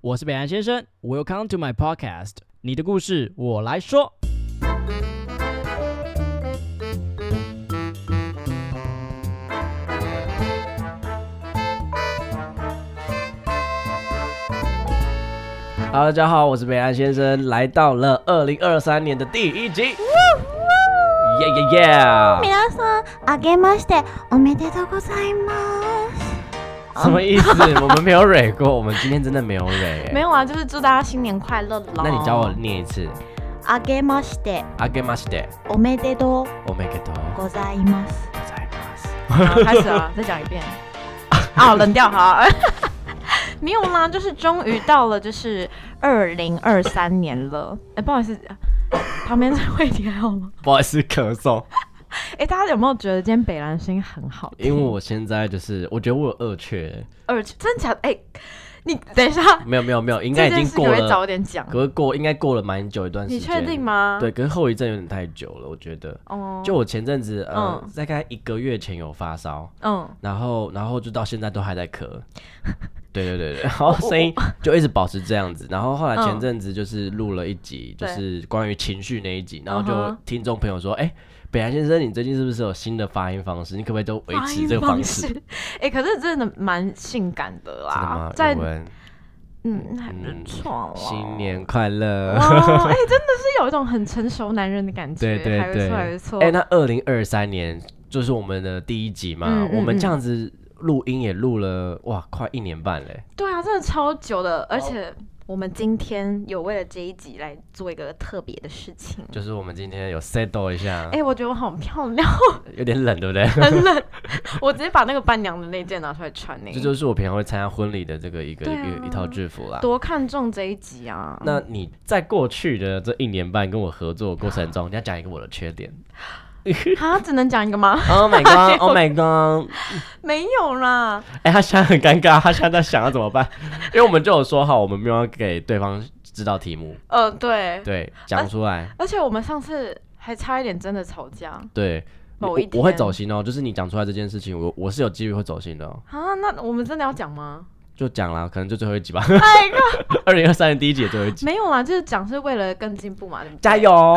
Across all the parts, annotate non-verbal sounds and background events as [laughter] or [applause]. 我是北岸先生，Welcome to my podcast，你的故事我来说。哈喽，大家好，我是北岸先生，来到了二零二三年的第一集。耶耶耶！皆さん、あげましておめでとうございます。什么意思？我们没有蕊过，我们今天真的没有蕊、没有啊，就是祝大家新年快乐啦。那你教我念一次。あげましてあげまして、おめでとおめでとううございます。ございます。好，啊开始了，再讲一 [laughs] 遍。啊，冷掉好。 [laughs] 没有啦，就是终于到了，就是二零二三年了。哎、不好意思，旁边这位你还好吗？ [laughs] 不好意思，咳嗽，哎、大家有没有觉得今天北兰声音很好听？因为我现在就是，我觉得我有恶缺，耳真假的？哎、你等一下，没有没有没有，应应该已经过会早了，一点讲。可是过应该过了蛮久一段时你间。确定？吗？对，，可是后遗症有点太久了，我觉得。哦、就我前阵子，呃，嗯大概一个月前有发烧，嗯，然后然后就到现在都还在咳。 [laughs] 对对对对， [laughs] 然后声音就一直保持这样子。然后后来前嗯阵子就是录了一集，就对是关于情绪那一集，然后嗯就哼听众朋友说，哎、北韩先生，你最近是不是有新的发音方式？你可不可以都维发持音这个方方式？式。哎、可是真的蛮性感的真的吗啦？，在在嗯，还嗯不错啦。新年快乐！ [laughs] 哦，哎、真的是有一种很成熟男人的感觉，对对还不对，错，还不错。哎、那二零二三年就是我们的第一集嘛，嗯嗯我们这嗯样子录音也录了哇，快一年半嘞。对啊，真的超久的，而且我们今天有为了这一集来做一个特别的事情。就是我们今天有 settle 一下，哎、我觉得我好漂亮，有点冷，对不对？很 [laughs] 冷，我直接把那个伴娘的那件拿出来穿呢、这就是我平常会参加婚礼的这个一个、对一个啊一套制服啦。多看重这一集啊！ [laughs] 那你在过去的这一年半跟我合作的过程 [laughs] 中，你要讲一个我的缺点。啊，只能讲一个吗？ Oh my 哎 god！Oh my god！ [laughs] 没有啦，哎、他现在很尴尬，他现在在想要怎么办？ [laughs] 因为我们就有说好，我们没有要给对方知道题目，呃，对，对，讲出来。而且我们上次还差一点真的吵架对，某我一我会天走心哦，就是你讲出来这件事情，我我是有机会会走心的、哦，啊！那我们真的要讲吗？就讲啦，可能就最后一集吧。二零二三年第一集的最后一集，哎 [laughs] 没有啦，就是讲是为了更进步嘛，对不对？加油！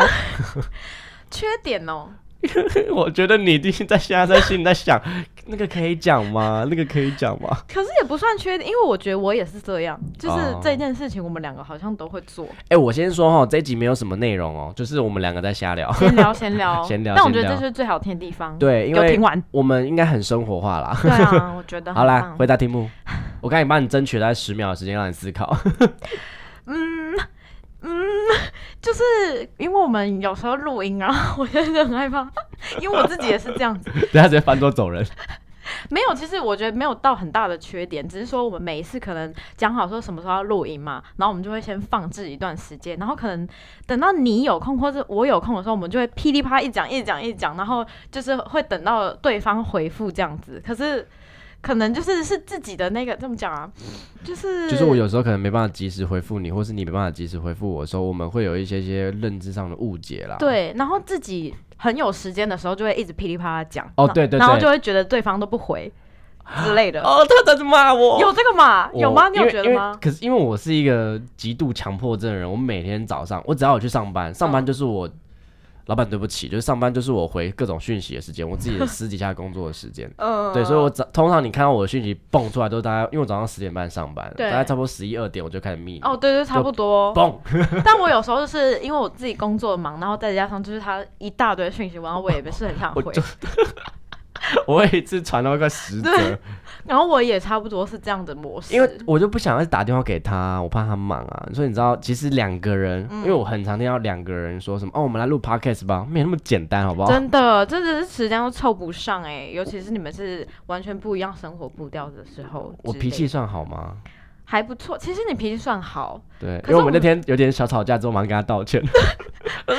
缺点哦、 [laughs] 我觉得你一定在现在在心里在想，那个可以讲吗？那个可以讲吗？可是也不算缺点，因为我觉得我也是这样，就是哦这件事情我们两个好像都会 [laughs] 做，哎、我先说哈，这一集没有什么内容哦，就是我们两个在瞎聊。 [laughs] 闲聊闲聊，啊闲聊但我闲觉得聊这就是最好听的地方。，对，因有为听 [laughs] 完。我们应该很生活化啦。对啊，我觉得好很啦，棒回答题 [laughs] 目，我赶紧帮你争取大概十秒的时间让你思考。 [laughs] 嗯嗯，就是因为我们有时候录音，然 [laughs] 后我真的很害怕，因为我自己也是这样子。等下直接翻桌走 [laughs] 人。没有，其实我觉得没有到很大的缺点，只是说我们每一次可能讲好说什么时候要录音嘛，然后我们就会先放置一段时间，然后可能等到你有空或者我有空的时候，我们就会噼里啪啦一讲一讲一讲，然后就是会等到对方回复这样子。可是可能就是是自己的那个怎么讲啊， [laughs] 就是就是我有时候可能没办法及时回复你，或是你没办法及时回复我的时候，我们会有一些些认知上的误解啦。，对，然后自己很有时间的时候就会一直噼里啪啦讲，哦那对对然后对就会觉得对方都不回之类的。哦，他在这骂我有这个嘛？我有吗？你因有为觉因得为吗？可是因为我是一个极度强迫症的人，我每天早上，我只要我去上嗯班，上班就是我、老板对不起，就是上班就是我回各种讯息的时间，我自己的私底下工作的时间。嗯，对，所以我早通常你看到我的讯息蹦出来都大概，因为我早上十点半上班，大对概差不多十一二点我就开始密你。哦，对对，差不多。 [laughs] 蹦，但我有时候就是因为我自己工作忙，然后再加上就是他一大堆讯息，然后我也不是很想我回 [laughs] 就，我会一次传到快十对折，然后我也差不多是这样的模式。因为我就不想要打电话给他，我怕他忙啊。所以你知道，其实两个人，因嗯为我很常听到两个人说什么哦，我们来录 podcast 吧，没有那么简单，好不好？真的，真的是时间都凑不上哎、尤其是你们是完全不一样生活步调的时候。我之脾类气算好吗？还不错，其实你脾气算好。对，因可是为我我们们那天有点小吵架之后，马上跟他道 [laughs] 歉。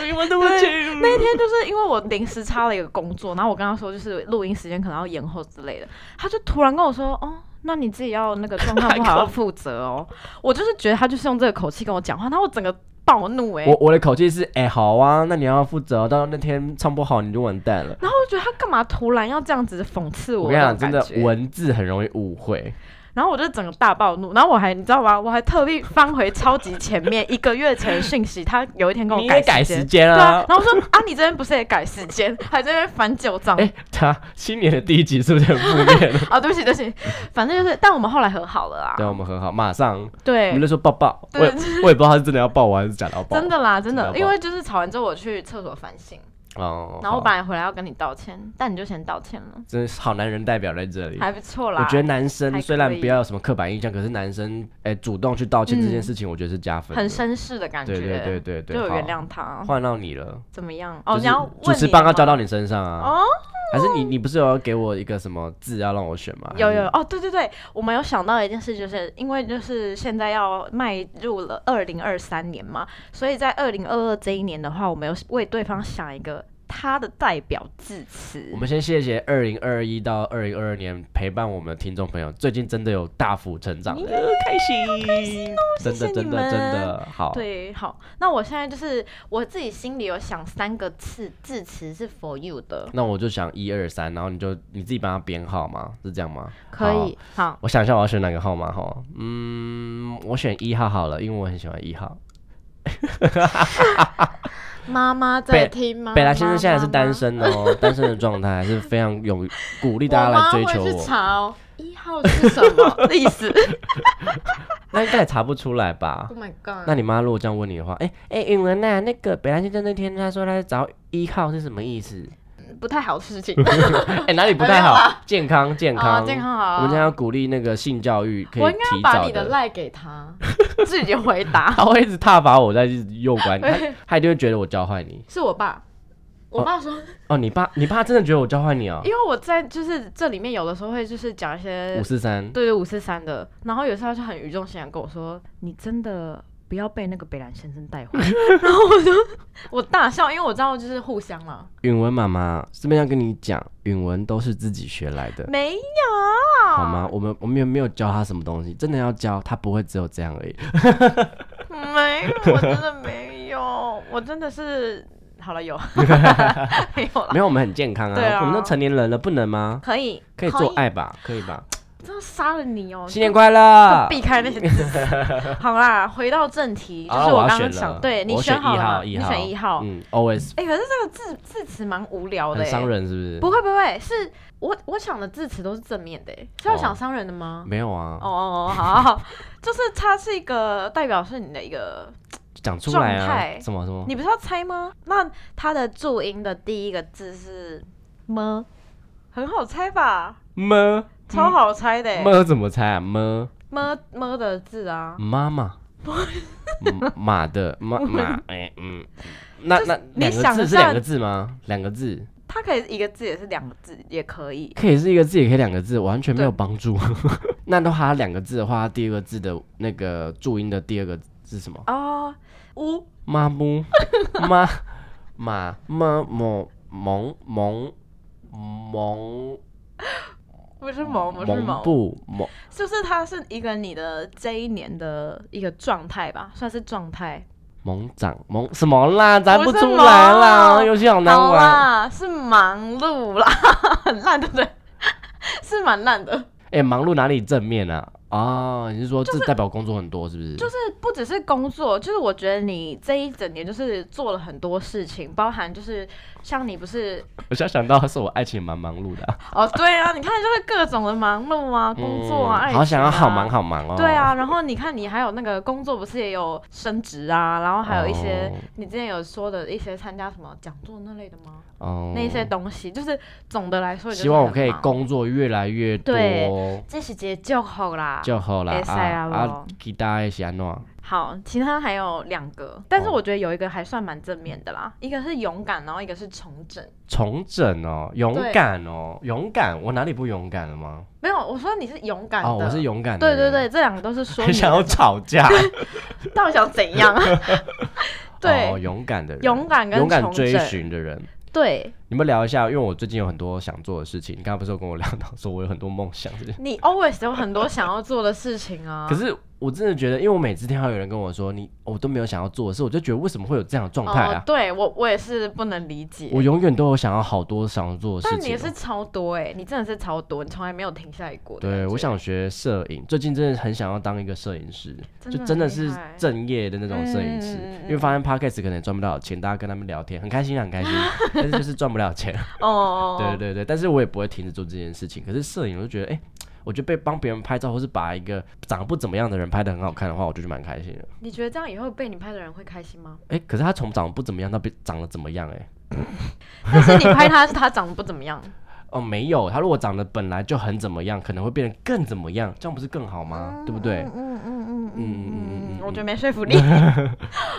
因为对不起，那一天就是因为我临时插了一个工作，然后我跟他说就是录音时间可能要延后之类的，他就突然跟我说哦。那你自己要那个状况不好要负责哦。我就是觉得他就是用这个口气跟我讲话，然后我整个暴怒哎、我我的口气是哎、好啊，那你要负责哦，到时候那天唱不好你就完蛋了。然后我就觉得他干嘛突然要这样子讽刺我我？跟你讲，真那的种感觉文字很容易误会，然后我就整个大暴怒，然后我还你知道吗？我还特地翻回超级前面一个月前的讯息，他有一天跟你我应该改改时时间间。对啊啊，。然后我说啊，你这边不是也改时间，还在那边翻旧账、哎、他新年的第一集是不是很负 [laughs] 面？啊？对不起，对不起，反正就是，但我们后来和好了啊对，。我们很好，马上对我们，就说抱抱，我对也我也不知道他是真的要抱我还是假的要抱我。真的啦，真真的要的，抱因为就是吵完之后我去厕所反省，哦，然后好我本来回来要跟你道歉，但你就先道歉了，真是好男人代表在这里。还不错啦。我觉得男还生可虽然以不要有什么刻板印象，可是男生哎、主动去道歉这件嗯事情，我觉得是加分的。很绅士的感觉，对对对对对，就有好原谅他，换到你了。怎么样？哦，就是你要主问持你棒要吗交到你身上啊？哦，还是你你不是有要给我一个什么字要让我选吗？有还是有哦，对对对，我们有想到一件事，就是因为就是现在要迈入了二零二三年嘛，所以在二零二二这一年的话，我们有为对方想一个他的代表致辞我。们先谢谢二零二一到二零二二年陪伴我们的听众朋友，最近真的有大幅成长，嗯呃开心， [laughs] 真哦谢的谢真你的们真的好。对，好，那我现在就是我自己心里有想三个字字词是 for you 的，那我就想一二三，然后你就你自己帮他编号嘛，是这样吗？可以，好，我想一下我要选哪个号码哈，嗯，我选一号好了，因为我很喜欢一号。妈妈在听吗？贝拉先生现在是啊妈妈 [laughs] 单，身哦，单身的状态还是非常有鼓励大家来追求我妈会去我，查哦，一号是什么意思 [laughs] 那应该也查不出来吧？Oh？my god！那你妈如果这样问你的话，哎、哎，允、文呐、那个北兰先生那天他说他找一号是什么意思？不太好事 [laughs] 情。哎、哪里不太好？健康，健哦康，啊健康好我们今天要鼓励那个性教育，可我以应该提要把早你的赖给他，自己回答。他会一直踏伐我，在诱拐你，他他一定会觉得我教坏你。是我爸。我爸说，哦，你爸，你爸真的觉得我教坏你哦因？为我在就是这里面有的时候会就是讲一些五四三，对对五四三的，然后有时候他就很语重心长跟我说：“你真的不要被那个北兰先生带坏。” [laughs] 然后我就我大笑，因为我知道就是互相嘛，允文妈妈这边要跟你讲，允文都是自己学来的，没有好吗？我们我们也没有教他什么东西，真的要教他不会只有这样而已。没有，我真的没有，我真的是好 [laughs] 了有没有了没，有，我们很健康对啊，啊我们都成年人了，不能吗？可以可以做爱吧？可以吧？真的杀了你哦！新年快乐！避开那些字 [laughs] 词。好啦，回到正题，就好是啊我要刚选刚了想，对你我选好一了号，吗，一你号，选一号。嗯，always 哎、可是这个字字词蛮无聊的、很欸，伤人，是不是？不会不会，是我我想的字词都是正面的、欸，是要想伤人的吗？没有啊哦，哦哦，好好，就是它是一个代表是你的一个，讲出来啊，状态什么什么你不是要猜吗？那它的注音的第一个字是么，很好猜吧？么超好猜的、欸，嗯么怎么猜啊？么么么的字啊，妈 [laughs] 妈，嗯马的马马，哎嗯，那就是那你两个想字得是两到个字吗？两个字它可以一个字也是两个字也可以，可以是一个字，也可以两个字，完全没有对帮助。 [laughs] 那的话，两个字的话，第二个字的那个注音的第二个字是什么？哦，乌妈 [laughs] 木妈马妈蒙蒙蒙蒙不是萌，不是蒙萌，布蒙就是它是一个你的这一年的一个状态吧，算是状态。蒙长蒙什么啦？答不不是出来啦，蒙游戏好啊难好玩。啦，是忙碌啦， [laughs] 很烂，对不对？ [laughs] 是蛮烂的，哎、忙碌哪里正面啊？哦，你是说这代表工作很多是不是？就是不只是工作，就是我觉得你这一整年就是做了很多事情，包含就是像你不是 [laughs] 我现在想到是我爱情也蛮忙碌的啊、哦，对啊，你看就是各种的忙碌啊，工作啊，嗯爱情啊好想要好忙。好忙哦。对啊，然后你看，你还有那个工作，不是也有升职啊，然后还有一些、哦你之前有说的一些参加什么讲座那类的吗？哦，那些东西，就是总的来说就是希望我很可以忙工作越来越对多这时节就好啦，就好啦可以啊啊啊咯！给大家一起安诺，好，其他还有两个，但是哦我觉得有一个还算蛮正面的啦，一个是勇敢，然后一个是重整。重整哦，勇对敢哦，勇敢，我哪里不勇敢了吗？没有，我说你是勇敢的，哦，我是勇敢的对人，对对，这两个都是说很你 [laughs] 想要吵架， [laughs] [laughs] 到底想怎 [laughs] 样？对、哦，勇敢的人，勇敢跟勇敢重追整寻的人，对，你们聊一下，因为我最近有很多想做的事情。你刚刚不是有跟我聊到说我有很多梦想这件事，你 always 有很多想要做的事情啊。 [laughs] 可是我真的觉得，因为我每次听到有人跟我说你哦我都没有想要做的事，我就觉得为什么会有这样的状态哦啊，？对我我也是不能理解。我永远都有想要好多想要做的事但你情也哦、是超多哎、你真的是超多，你从来没有停下来过的感觉。对，我想学摄影，最近真的很想要当一个摄影师，真的就真的很是厉害正业的那种摄影师。嗯嗯嗯因为发现 podcast 可能也赚不了钱，大家跟他们聊天很开心啊，很 [laughs] 开心，但是就是赚不了钱。哦哦，哦对对，对对，但是我也不会停止做这件事情。可是摄影，我就觉得，哎、我觉得被帮别人拍照，或是把一个长得不怎么样的人拍的很好看的话，我就觉得蛮开心的。你觉得这样以后被你拍的人会开心吗？ [laughs] 哎、可是他从长得不怎么样到变长得怎么样、哎，但是你拍他，他长得不怎么样，哦，没有，他如果长得本来就很怎么样，可能会变得更怎么样，这样不是更好吗？啊对不对？嗯嗯嗯嗯嗯嗯嗯嗯嗯，我觉得没说服力。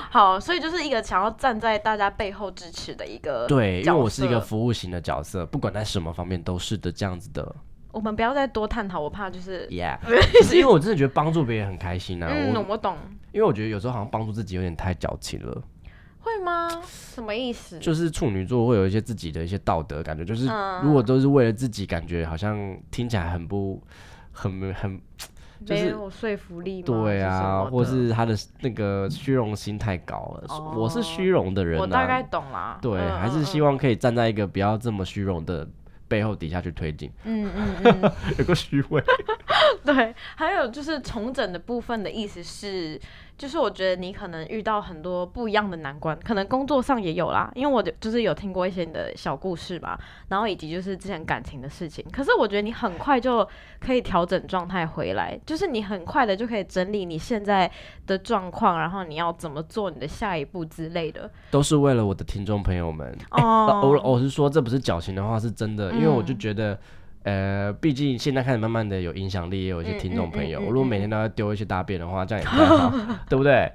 好，所以就是一个想要站在大家背后支持的一个。对，因为角我是一个色服务型的角色，不管在什么方面都是的这样子的我们不要再多探讨，我怕就是。 [laughs] ，yeah。可是因为我真的觉得帮助别人很开心啊，呃嗯，我我懂。因为我觉得有时候好像帮助自己有点太矫情了，会吗？什么意思？就是处女座会有一些自己的一些道德感觉，就是嗯如果都是为了自己，感觉好像听起来很不很很就是没有说服力吗？对啊，还或什么的是他的那个虚荣心太高了。哦我是虚荣的人、啊，我大概懂啦。对，嗯还是希。望可以站在一个不要这么虚荣的背后底下去推进， [laughs] 嗯嗯嗯嗯嗯，有个虚伪。 [laughs] 对，还有就是重整的部分的意思是，就是我觉得你可能遇到很多不一样的难关，可能工作上也有啦，因为我就就是有听过一些你的小故事嘛，然后以及就是之前感情的事情，可是我觉得你很快就可以调整状态回来，就是你很快的就可以整理你现在的状况，然后你要怎么做你的下一步之类的。都是为了我的听众朋友们。哦嗯我我是说，这不是矫情的话，是真的，因为我就觉得。呃，毕竟现在开始慢慢的有影响力，也有一些听众朋友。嗯嗯嗯嗯我如果每天都要丢一些大便的话，这样也不太 [laughs] 好，对不对？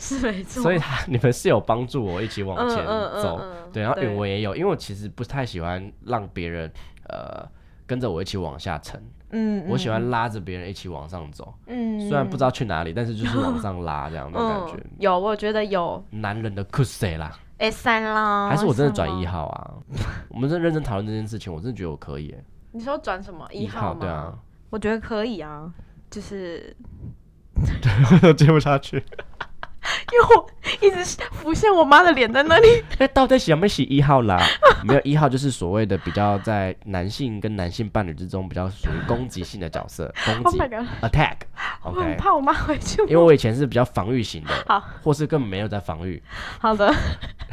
是没错，所以他 [laughs] 你们是有帮助我一起往前嗯嗯走，嗯嗯对。然后对我也有，因为我其实不太喜欢让别人呃跟着我一起往下沉，嗯，我喜嗯，欢拉着别人一起往上走。嗯，虽然不知道去哪里，但是就是往上拉这样的感觉嗯。，有，我觉得有，男人的 c u s 啦，哎，三啦，还是我真的转三啦一号啊？ [laughs] 我们真的认真讨论这件事情，我真的觉得我可以耶。你说转什么一号号对啊吗？，我觉得可以啊，就是 [laughs] [laughs] 接不下去。因为我一直浮现我妈的脸在那 [laughs] 里。那哎到底喜不喜一号啦？ [laughs] 没有一号就是所谓的比较在男性跟男性伴侣之中比较属于攻击性的角色，攻 [laughs] Oh 击 my god！ attack。我很 OK，怕我妈回去。因为我以前是比较防御型的，好或是根本没有在防御。好 [laughs] 的。啊，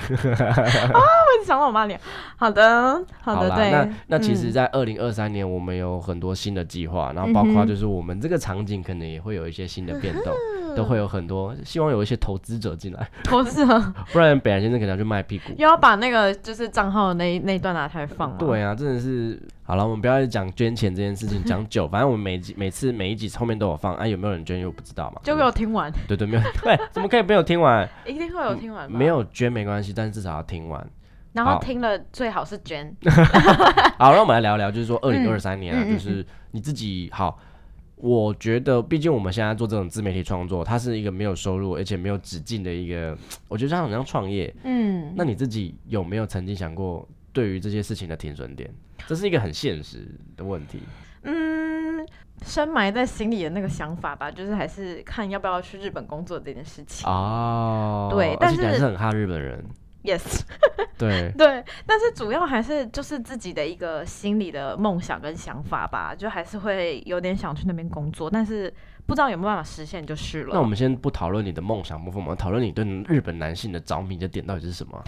我一直想到我妈脸。好的，好的，啦，对。嗯那那其实，在二零二三年，我们有很多新的计划，嗯然后包括就是我们这个场景可能也会有一些新的变动，嗯都会有很多，希望有一些投资者进来，投资人不然北兰先生可能要去卖屁股。嗯又要把那个就是账号的那那一段拿出来放了。对啊，真的是好了，我们不要再讲捐钱这件事情，讲久，反正我们每集每次每一集后面都有放，哎、有没有人捐又不知道嘛。就给我听完，对对，没有， [laughs] 对，怎么可以没有听完？一定会有听完吧？没。有捐没关系，但是至少要听完。然后好听了最好是捐。好，让我们来聊聊，就是说二零二三年啊，就是你自己好。我觉得，毕竟我们现在做这种自媒体创作，它是一个没有收入而且没有止境的一个，我觉得它很像创业。嗯，那你自己有没有曾经想过对于这些事情的停损点？这是一个很现实的问题。嗯，深埋在心里的那个想法吧，就是还是看要不要去日本工作这件事情。哦，对而但且你还是是很哈日本 [laughs] 人， Yes，，对 [laughs] 对，但是主要还是就是自己的一个心里的梦想跟想法吧，就还是会有点想去那边工作，但是不知道有没有办法实现就是了。那我们先不讨论你的梦想部分，我们讨论你对日本男性的着迷的点到底是什么啊？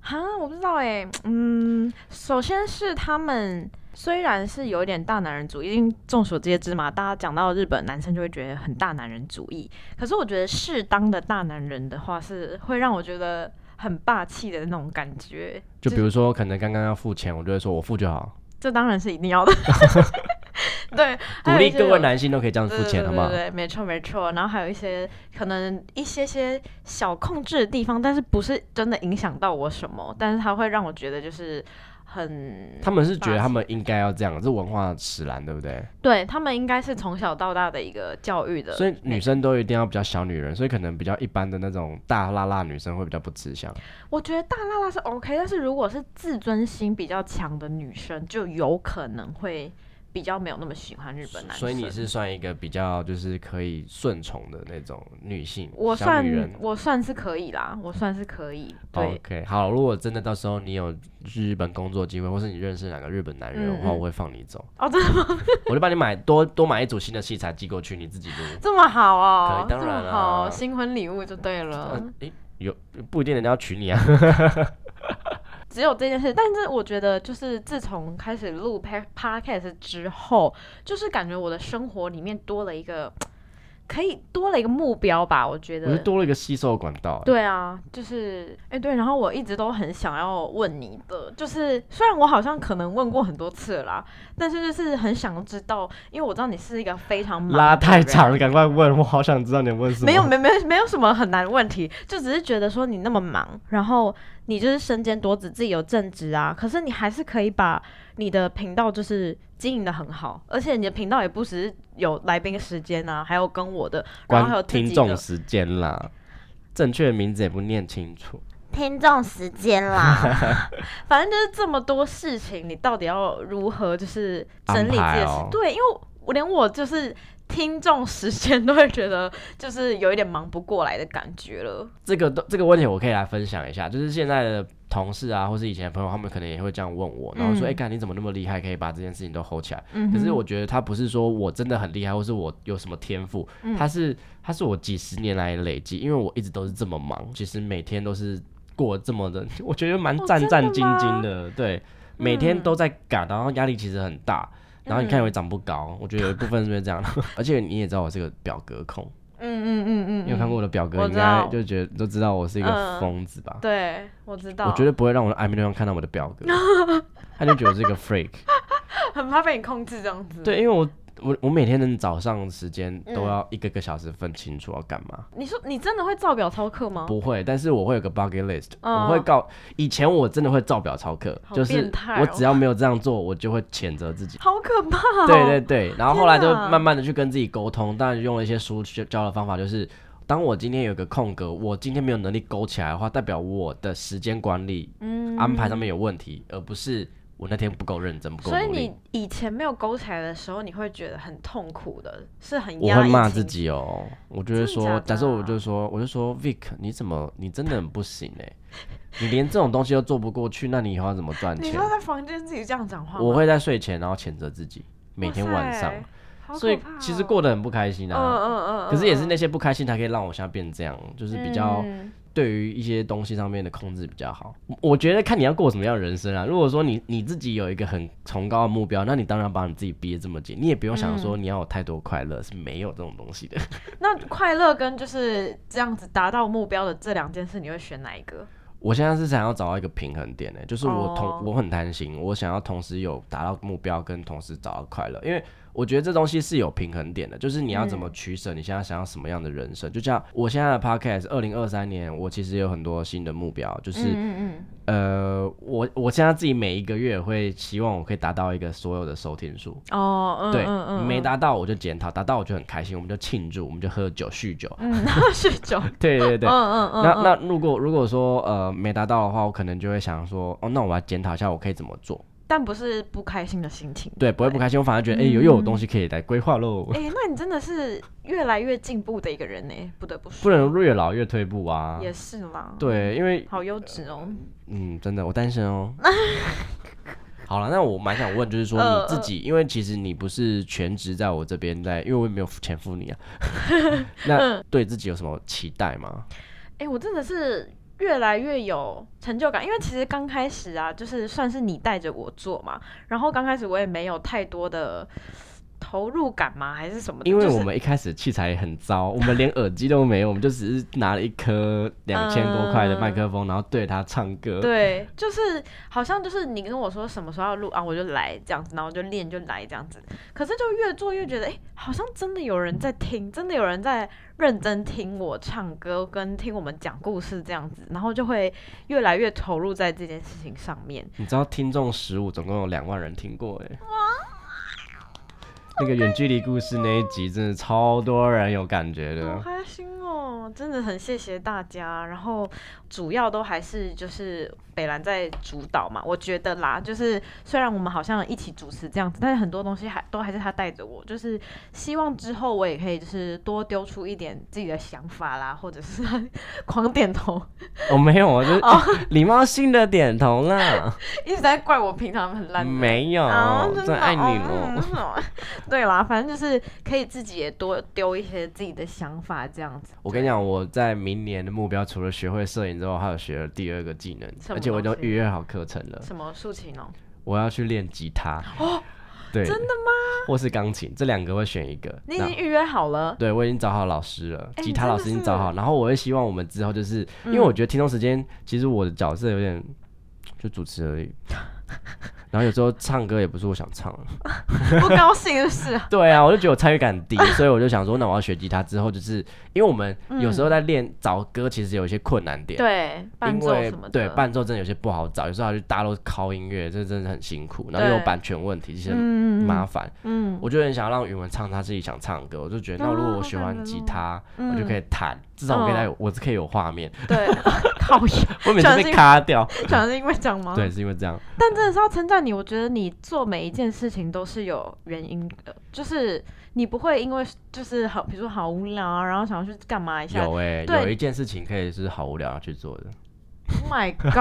哈，我不知道哎、嗯，首先是他们虽然是有一点大男人主义，因为众所皆知嘛，大家讲到日本男生就会觉得很大男人主义，可是我觉得适当的大男人的话，是会让我觉得很霸气的那种感觉。就比如说，可能刚刚要付钱，我就会说我付就好。这当然是一定要的。对，鼓还有励一些各位有男性都可以这样子对付钱，好吗对？对对，没错没错。然后还有一些可能一些些小控制的地方，但是不是真的影响到我什么，但是它会让我觉得就是很他们是觉得他们应该要这样，这文化使然，对不对？对他们应该是从小到大的一个教育的那个，所以女生都一定要比较小女人，所以可能比较一般的那种大辣辣女生会比较不吃香。我觉得大辣辣是 OK，但是如果是自尊心比较强的女生，就有可能会比较没有那么喜欢日本男生。所以你是算一个比较就是可以顺从的那种女性，我小算女人。哦我算是可以啦，我算是可以。对， OK，好，如果真的到时候你有去日本工作机会，或是你认识哪个日本男人的话，嗯嗯我会放你走，哦，真的吗？ [laughs] 我就帮你买多多买一组新的器材寄过去，你自己录。这么好哦，可以当然啦这么好，新婚礼物就对了。嗯，诶，有不一定人家要娶你啊。只有这件事，但是我觉得就是自从开始录 pa- podcast 之后，就是感觉我的生活里面多了一个，可以多了一个目标吧。我觉我得觉得多了一个吸收管道、欸。对啊，就是哎、对，然后我一直都很想要问你的，就是虽然我好像可能问过很多次了啦，但是就是很想知道，因为我知道你是一个非常忙拉的太人长了，赶快问，我好想知道你问什么。没有，没有没有没有什么很难的问题，就只是觉得说你那么忙，然后你就是身兼多职，自己有正职啊，可是你还是可以把你的频道就是经营的很好，而且你的频道也不只是有来宾时间啊，还有跟我的，然后还有关自己听的众时间啦，正确的名字也不念清楚。听众时间 [laughs] 啦，反正就是这么多事情，你到底要如何就是整理自己安排的事？哦对，因为我连我就是听众时间都会觉得就是有一点忙不过来的感觉了。这个都这个问题我可以来分享一下，就是现在的同事啊，或是以前的朋友，他们可能也会这样问我，然后说：“嗯哎、干、你怎么那么厉害，可以把这件事情都 hold 起来？”嗯可是哼我觉得他不是说我真的很厉害，或是我有什么天赋，嗯他是他是我几十年来的累积，因为我一直都是这么忙，其实每天都是过得这么的， [laughs] 我觉得蛮哦战真的战兢兢吗的，对，每天都在赶，然后压力其实很大。然后你看嗯我也长不高，我觉得有一部分是因为这样， [laughs] 而且你也知道我是个表格控，嗯嗯嗯嗯，你有看过我的表格，我应知道该就觉得都知道我是一个嗯疯子吧嗯？。对，我知道。我绝对不会让我的暧昧对象看到我的表 [laughs] 格，他就觉得我是一个 freak。很怕被你控制这样子。，对，因为我我我每天的早上时间嗯都要一个个小时分清楚要干嘛。你说你真的会照表操课吗？不会，但是我会有个 bucket list，、嗯我会告。以前我真的会照表操课，好就是变态哦我只要没有这样做，我就会谴责自己。好可怕、 [laughs] 哦。对对对，然后后来就天哪慢慢的去跟自己沟通，当然用了一些书教的方法，就是当我今天有个空格，我今天没有能力勾起来的话，代表我的时间管理、嗯安排上面有问题，而不是我那天不够认真、不够所以努力你。以前没有勾起来的时候，你会觉得很痛苦的，是很我压抑。会骂自。己哦，我就会真的啊说，假假的设我就说，我就说，Vic，你怎么，你真的很不行哎、你连这种东西都做不过去，那你以后要怎么赚你钱说？在房间自己这样讲话吗，我会在睡前然后谴责自己，每天晚上，哇塞好可怕哦所以其实过得很不开心嗯啊。嗯嗯嗯，可是也是嗯那些不开心才可以让我现在变这样，就是比较嗯对于一些东西上面的控制比较好。我我觉得看你要过什么样的人生啊。如果说你你自己有一个很崇高的目标，那你当然把你自己逼得这么紧，你也不用嗯想说你要有太多快乐，是没有这种东西的。那快乐跟就是这样子达到目标的这两件事，你会选哪一个？我现在是想要找到一个平衡点呢、就是我同、哦我很贪心，我想要同时有达到目标，跟同时找到快乐，因为我觉得这东西是有平衡点的，就是你要怎嗯么取舍，你现在想要什么样的人生。就像我现在的 podcast，二零二三年我其实有很多新的目标，就是、嗯呃，我我现在自己每一个月会希望我可以达到一个所有的收听数，嗯，哦，嗯对，嗯嗯，没嗯，达到我就检讨，达到我就很开心，我们就庆祝，我们就喝酒酗酒， [laughs] 嗯， [laughs] 那是酒，对对对嗯，嗯嗯，那嗯那如果如果说呃没达到的话，我可能就会想说，哦，那我要检讨一下，我可以怎么做？但不是不开心的心情，对，不会不开心，我反而觉得，哎、嗯有又有东西可以来规划喽。哎、那你真的是越来越进步的一个人呢、不得不不说。能越老越退步啊。也是啦，，对，因为好优质哦。嗯，真的我单身 [laughs] 哦。好了，那我蛮想问，就是说呃你自己，因为其实你不是全职在我这边，在，因为我也没有付钱付 [laughs] 你啊。嗯那对自己有什么期待吗？哎、我真的是越来越有成就感，因为其实刚开始啊，就是算是你带着我做嘛，然后刚开始我也没有太多的投入感吗？还是什么的？因为就是我们一开始器材也很糟，我们 [laughs] 连耳机都没有，我们就只是拿了一颗两千多块的麦克风，然后对着它唱歌。嗯对，就是好像就是你跟我说什么时候要录啊，我就来这样子，然后我就练就来这样子。可是就越做越觉得，哎、好像真的有人在听，真的有人在认真听我唱歌，跟听我们讲故事这样子，然后就会越来越投入在这件事情上面。你知道听众十五，总共有两万人听过哎。那个远距离故事那一集，真的超多人有感觉好的。开心哦！真的很谢谢大家。然后主要都还是就是北兰在主导嘛，我觉得啦，就是虽然我们好像一起主持这样子，但是很多东西还都还是他带着我。就是希望之后我也可以就是多丢出一点自己的想法啦，或者是 [laughs] 狂点头，我、哦没有，我就是、哦 [laughs] 礼貌性的点头 [laughs] 啦，一直在怪我平常很烂的。没有啊，，真真的爱你哦哦。嗯嗯对啦，反正就是可以自己也多丢一些自己的想法这样子。我跟你讲，我在明年的目标，除了学会摄影之后，还有学了第二个技能，什么而且我已经东西预约好课程了。什么竖琴哦？我要去练吉他。哦，对，真的吗？或是钢琴，这两个会选一个。你已那经预约好了？对，我已经找好老师了，哎吉你他真老的师已经是嗯找好。然后我会希望我们之后就是，因为我觉得听众时间，其实我的角色有点就主持而已。 [laughs] 然后有时候唱歌也不是我想唱的， [laughs] 不高兴是不是？对啊，我就觉得我参与感 [laughs] 很低，所以我就想说，那我要学吉他之后，就是因为我们有时候在练找歌，其实有一些困难点，对，伴因奏为什么的，对伴奏真的有些不好找，有时候还去大陆拷音乐，这真的很辛苦，然后又有对版权问题，其实很嗯，麻烦。嗯，我就很想让宇文唱他自己想唱的歌，我就觉得那啊如果好我学感完人吉哦他，我就嗯可以弹，至少我可以哦带有，我是可以有画 [laughs] 面，对，靠腰，我每次小被心哦卡掉。讲是因为这样吗？对，，是因为这样，但真的是要称赞你，我觉得你做每一件事情都是有原因的，就是你不会因为就是好，比如说好无聊啊，然后想要去干嘛一下。有哎、啊对有一件事情可以是好无聊要去做的， Oh my god！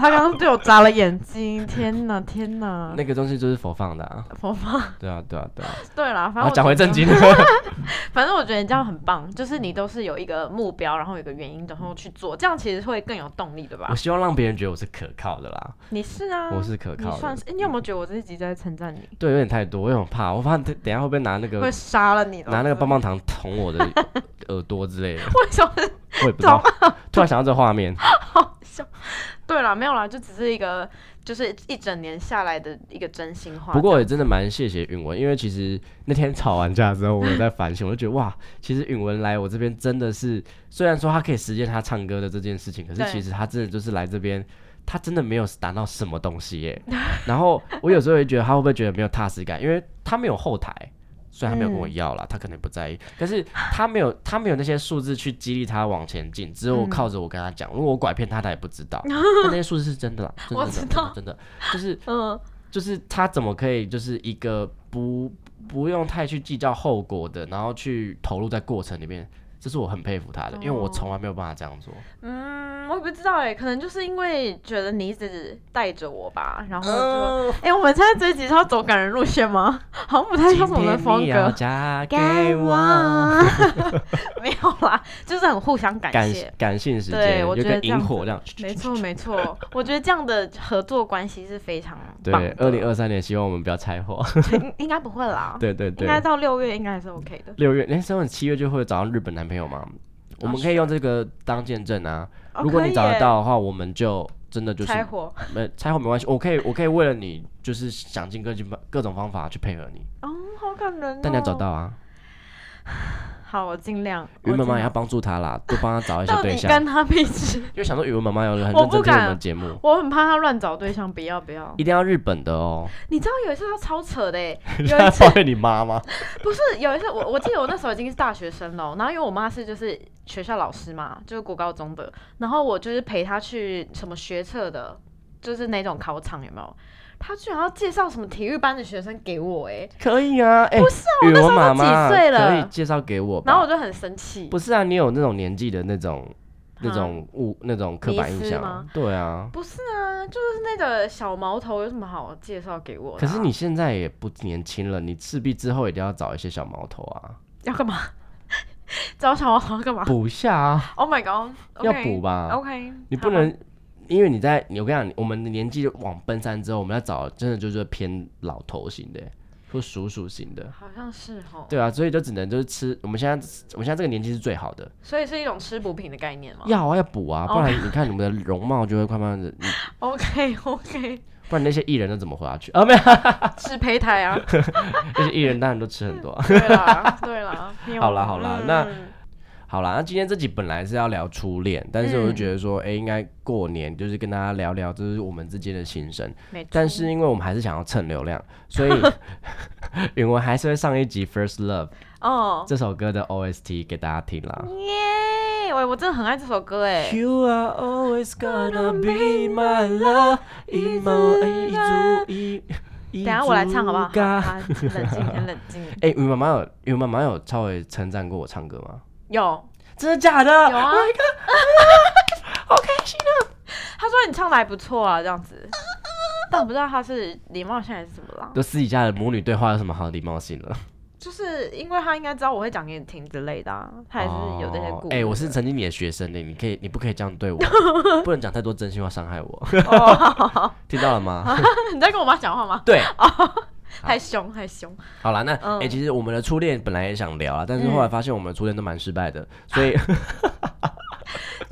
他刚刚对我眨了眼睛，天哪，天哪！那个东西就是佛放的、啊，嗯佛妈，对啊，对啊，对啊。对啦，然反正后我讲觉回得正经， [laughs] 反正我觉得你这样很棒，就是你都是有一个目标，然后有一个原因，然后去做，这样其实会更有动力，对吧我？希望让别人觉得我是可靠的啦，你是啊，我是可你靠算的是、。诶你有没有觉得我这一集在称赞你？对，有点太多，我有点怕，我怕等等一下会不会拿那会个杀了你了？拿那个棒棒糖捅 [laughs] 我的耳朵之类的，为什么？我也不知道。突然想到这画面，对啦，没有啦，就只是一个，就是一整年下来的一个真心话。不过也真的蛮谢谢允文，因为其实那天吵完架之后，我有在反省，我就觉得哇，其实允文来我这边真的是，虽然说他可以实现他唱歌的这件事情，可是对其实他真的就是来这边。他真的没有达到什么东西耶，然后我有时候也觉得他会不会觉得没有踏实感，因为他没有后台，虽然他没有嗯跟我要啦，他可能不在意，可是他没有他没有那些数字去激励他往前进，只有嗯靠着我跟他讲，如果我拐骗他，他也不知 [laughs] 道，但那些数字是真的啦，真的我真的知真的道真的就是嗯，就是他怎么可以就是一个不不用太去计较后果的，然后去投入在过程里面，这是我很佩服他的，因为我从来没有办法这样做。嗯，我也不知道哎、可能就是因为觉得你一直带着我吧，然后呃就，哎、我们现在这一集是要走感人路线吗？ [laughs] 好像不太像我们的风你要格，嫁给 [laughs] 给我，我。 [laughs] 没有啦，就是很互相感感谢。感性时对间，我就觉得跟这样萤火这样。没错，没错，我觉得这样的合作关系是非常对棒的。，二零二三年希望我们不要拆伙。 [laughs] 应应该不会啦，对对应对，该到六月应该还是 OK 的。六月那时候你七月就会找到日本男朋友吗？我们可以用这个当见证啊。哦如果可你以找得耶到的话，我们就真的就是拆伙没拆伙没关系，我可以我可以为了你，就是想尽各种各种方法去配合你，哦，好感人、哦。但你要找到啊，好，我尽量。宇文妈妈也要要帮助他 [laughs] 啦，多帮他找一到些对底象跟，他屁事？因为想说宇文妈妈有很我认不真听我敢们节目， [laughs] 我很怕他乱找对象，不要不要。一定要日本的哦，你知道有一次他超扯的欸， [laughs] 有一次抱怨你妈 [laughs] 妈，不是有一次我我记得我那时候已经是大学生了，然后因为我妈是就是学校老师嘛，就是国高中的，然后我就是陪她去什么学测的，就是那种考场有没有？她居然要介绍什么体育班的学生给我哎，可以啊，哎，不是啊，我那时候妈都几妈岁可以了介绍给我吧，然后我就很生气。不是啊，你有那种年纪的那种那啊种误那种刻板迷印思象啊吗，对啊，不是啊，就是那个小毛头有什么好介绍给我的啊、可是你现在也不年轻了，你势必之后一定要找一些小毛头啊，要干嘛？ [laughs] 找小毛头要干嘛补一下啊， ？Oh my god！要补吧 OK，你不能，因为你在，你我跟你讲，我们的年纪往奔三之后，我们要找真的就是偏老头型的，或鼠鼠型的。好像是哦，对啊，所以就只能就是吃，我们现在我们现在这个年纪是最好的，所以是一种吃补品的概念嘛。要啊要补啊，哦不然你看你们的容貌就会慢慢的，你 OK [laughs] OK，不然那些艺人都怎么活下去啊？ [laughs] 没有，吃胚 [laughs] 胎啊，那些艺人当然都吃很 [laughs] 多、啊。对啦对啦。你有好啦好啦那嗯好啦，那今天这集本来是要聊初恋，但是我就嗯觉得说，哎、应该过年就是跟大家聊聊，就是我们之间的心声。没错但是因为我们还是想要蹭流量， [laughs] 所以 [laughs] 允文还是会上一集《First Love》哦，这首歌的 OST 给大家听啦。耶，喂，我真的很爱这首歌哎。 You are always gonna be my love，一毛一足一。等等一下我来唱好不好？好好冷静， [laughs] 先冷静。哎、欸，妈妈有，你妈妈有稍微称赞过我唱歌吗？有真的假的？有啊， [laughs] 好开心啊！他说你唱的还不错啊，这样子。但我不知道他是礼貌性还是怎么啦，就私底下的母女对话有什么好礼貌性的？就是因为他应该知道我会讲给你听之类的、啊，他也是有这些顾哦虑的。哎、我 [laughs] 是曾经你的学生呢，你可以，你不可以这样对我，不能讲太多真心话伤害我。哦 [laughs] 听到了 [laughs] 吗？你在跟我妈讲话吗？对，太凶，太凶。好啦，那哎、嗯欸其实我们的初恋本来也想聊啊，但是后来发现我们的初恋都蛮失败的， [laughs] 所以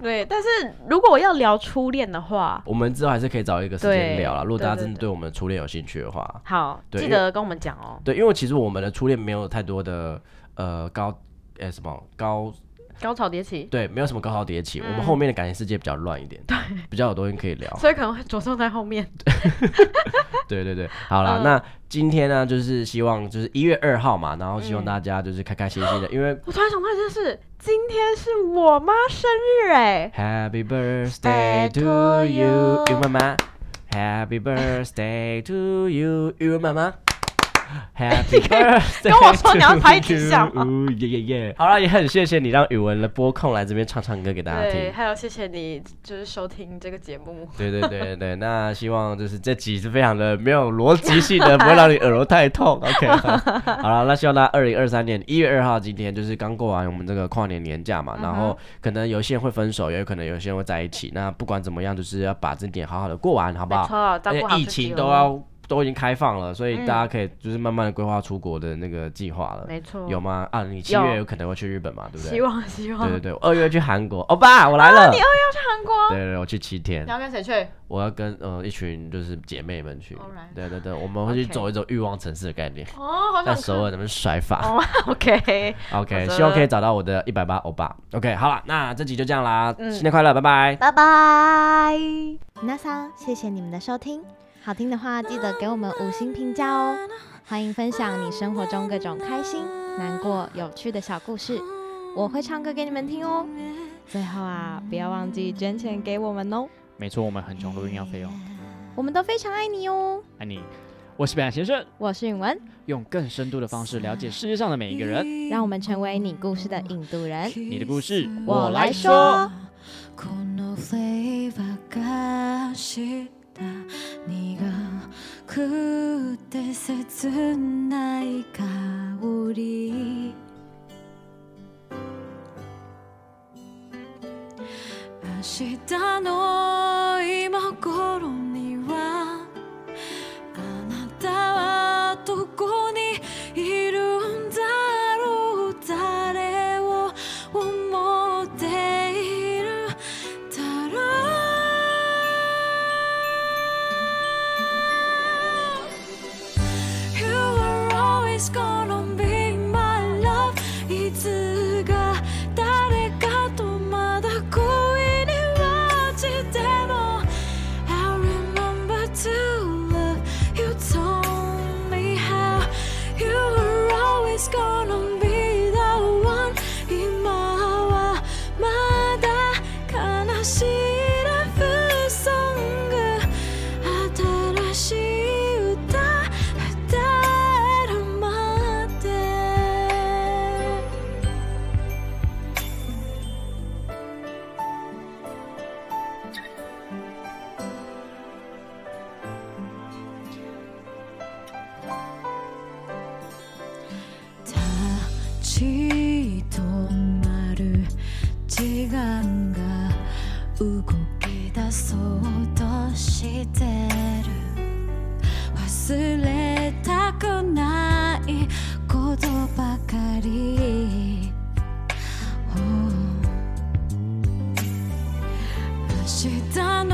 对，但是如果我要聊初恋的话，我们之后还是可以找一个时间对聊啦。如果大家真对的对对我们的初恋有兴趣的话，好，对记因为得跟我们讲哦。对，因为其实我们的初恋没有太多的呃高呃、什么高高潮迭起，对，没有什么高潮迭起，我们嗯后面的感情世界比较乱一点，对，比较有东西可以 [laughs] 聊。所以可能会着重在后面。对对对，好啦，嗯那今天呢，就是希望就是一月二号嘛，然后希嗯望大家就是开开心心的，因为我突然想到一件事，今天是我妈生日哎、 Happy birthday to you，云妈妈，Happy birthday to you，云妈妈。Happy [laughs] birthday！跟我说你要拍几 [laughs] 下哦吗耶耶耶！好了，也很谢谢你让语文的播控来这边唱唱歌给大家听对，。还有谢谢你就是收听这个节目。 [laughs] 对对对对对，那希望就是这集是非常的没有逻辑性的，不会让你耳朵太 [laughs] 痛。OK，好好了，那希望大家二零二三年一月二号今天就是刚过完我们这个跨年年假嗯嘛，然后可能有些人会分手，也有可能有些人会在一起。那不管怎么样，就是要把这点好好的过完，好不没好？错，照而且顾好疫自己情哦都。要都已经开放了，所以嗯大家可以就是慢慢的规划出国的那个计划了。没错，有吗？啊，你七有月有可能会去日本嘛，对不希对？望希望对对对，我二月去韩国，欧巴，我来了。你韩国对对对，我去七天你。要跟谁去？我要跟呃一群就是姐妹们去 Alright 对对对，我们会去 OK 走一走欲望城市的概念，哦，好在想首尔那边甩法。哦，OK， OK，好的希望可以找到我的一百八欧巴。OK，好了，那这集就这样啦，新年快乐，拜拜。 [laughs] 拜拜。那桑，谢谢你们的收听，好听的话记得给我们五星评价哦。欢迎分享你生活中各种开心、难过、有趣的小故事，我会唱歌给你们听哦。最后啊，不要忘记捐钱给我们哦，没错，我们很穷录音要费用。我们都非常爱你哦。爱你，我是北岸先生，我是允文，用更深度的方式了解世界上的每一个人。让我们成为你故事的引渡人。你的故事，我来说。このフレーバーがした苦くて切ない香り明日の今頃にはあなたはどこにいるんだろう誰を思っているだろう You are always gonna be my love いつが誰かとまだ恋に落ちても I remember to love you told me how You are always gonna be the one 今はまだ悲しいラブソング新しい歌歌えるまで立ち止まる時間が動き出そうとしてる忘れたくないことばかり」「明日の Ah.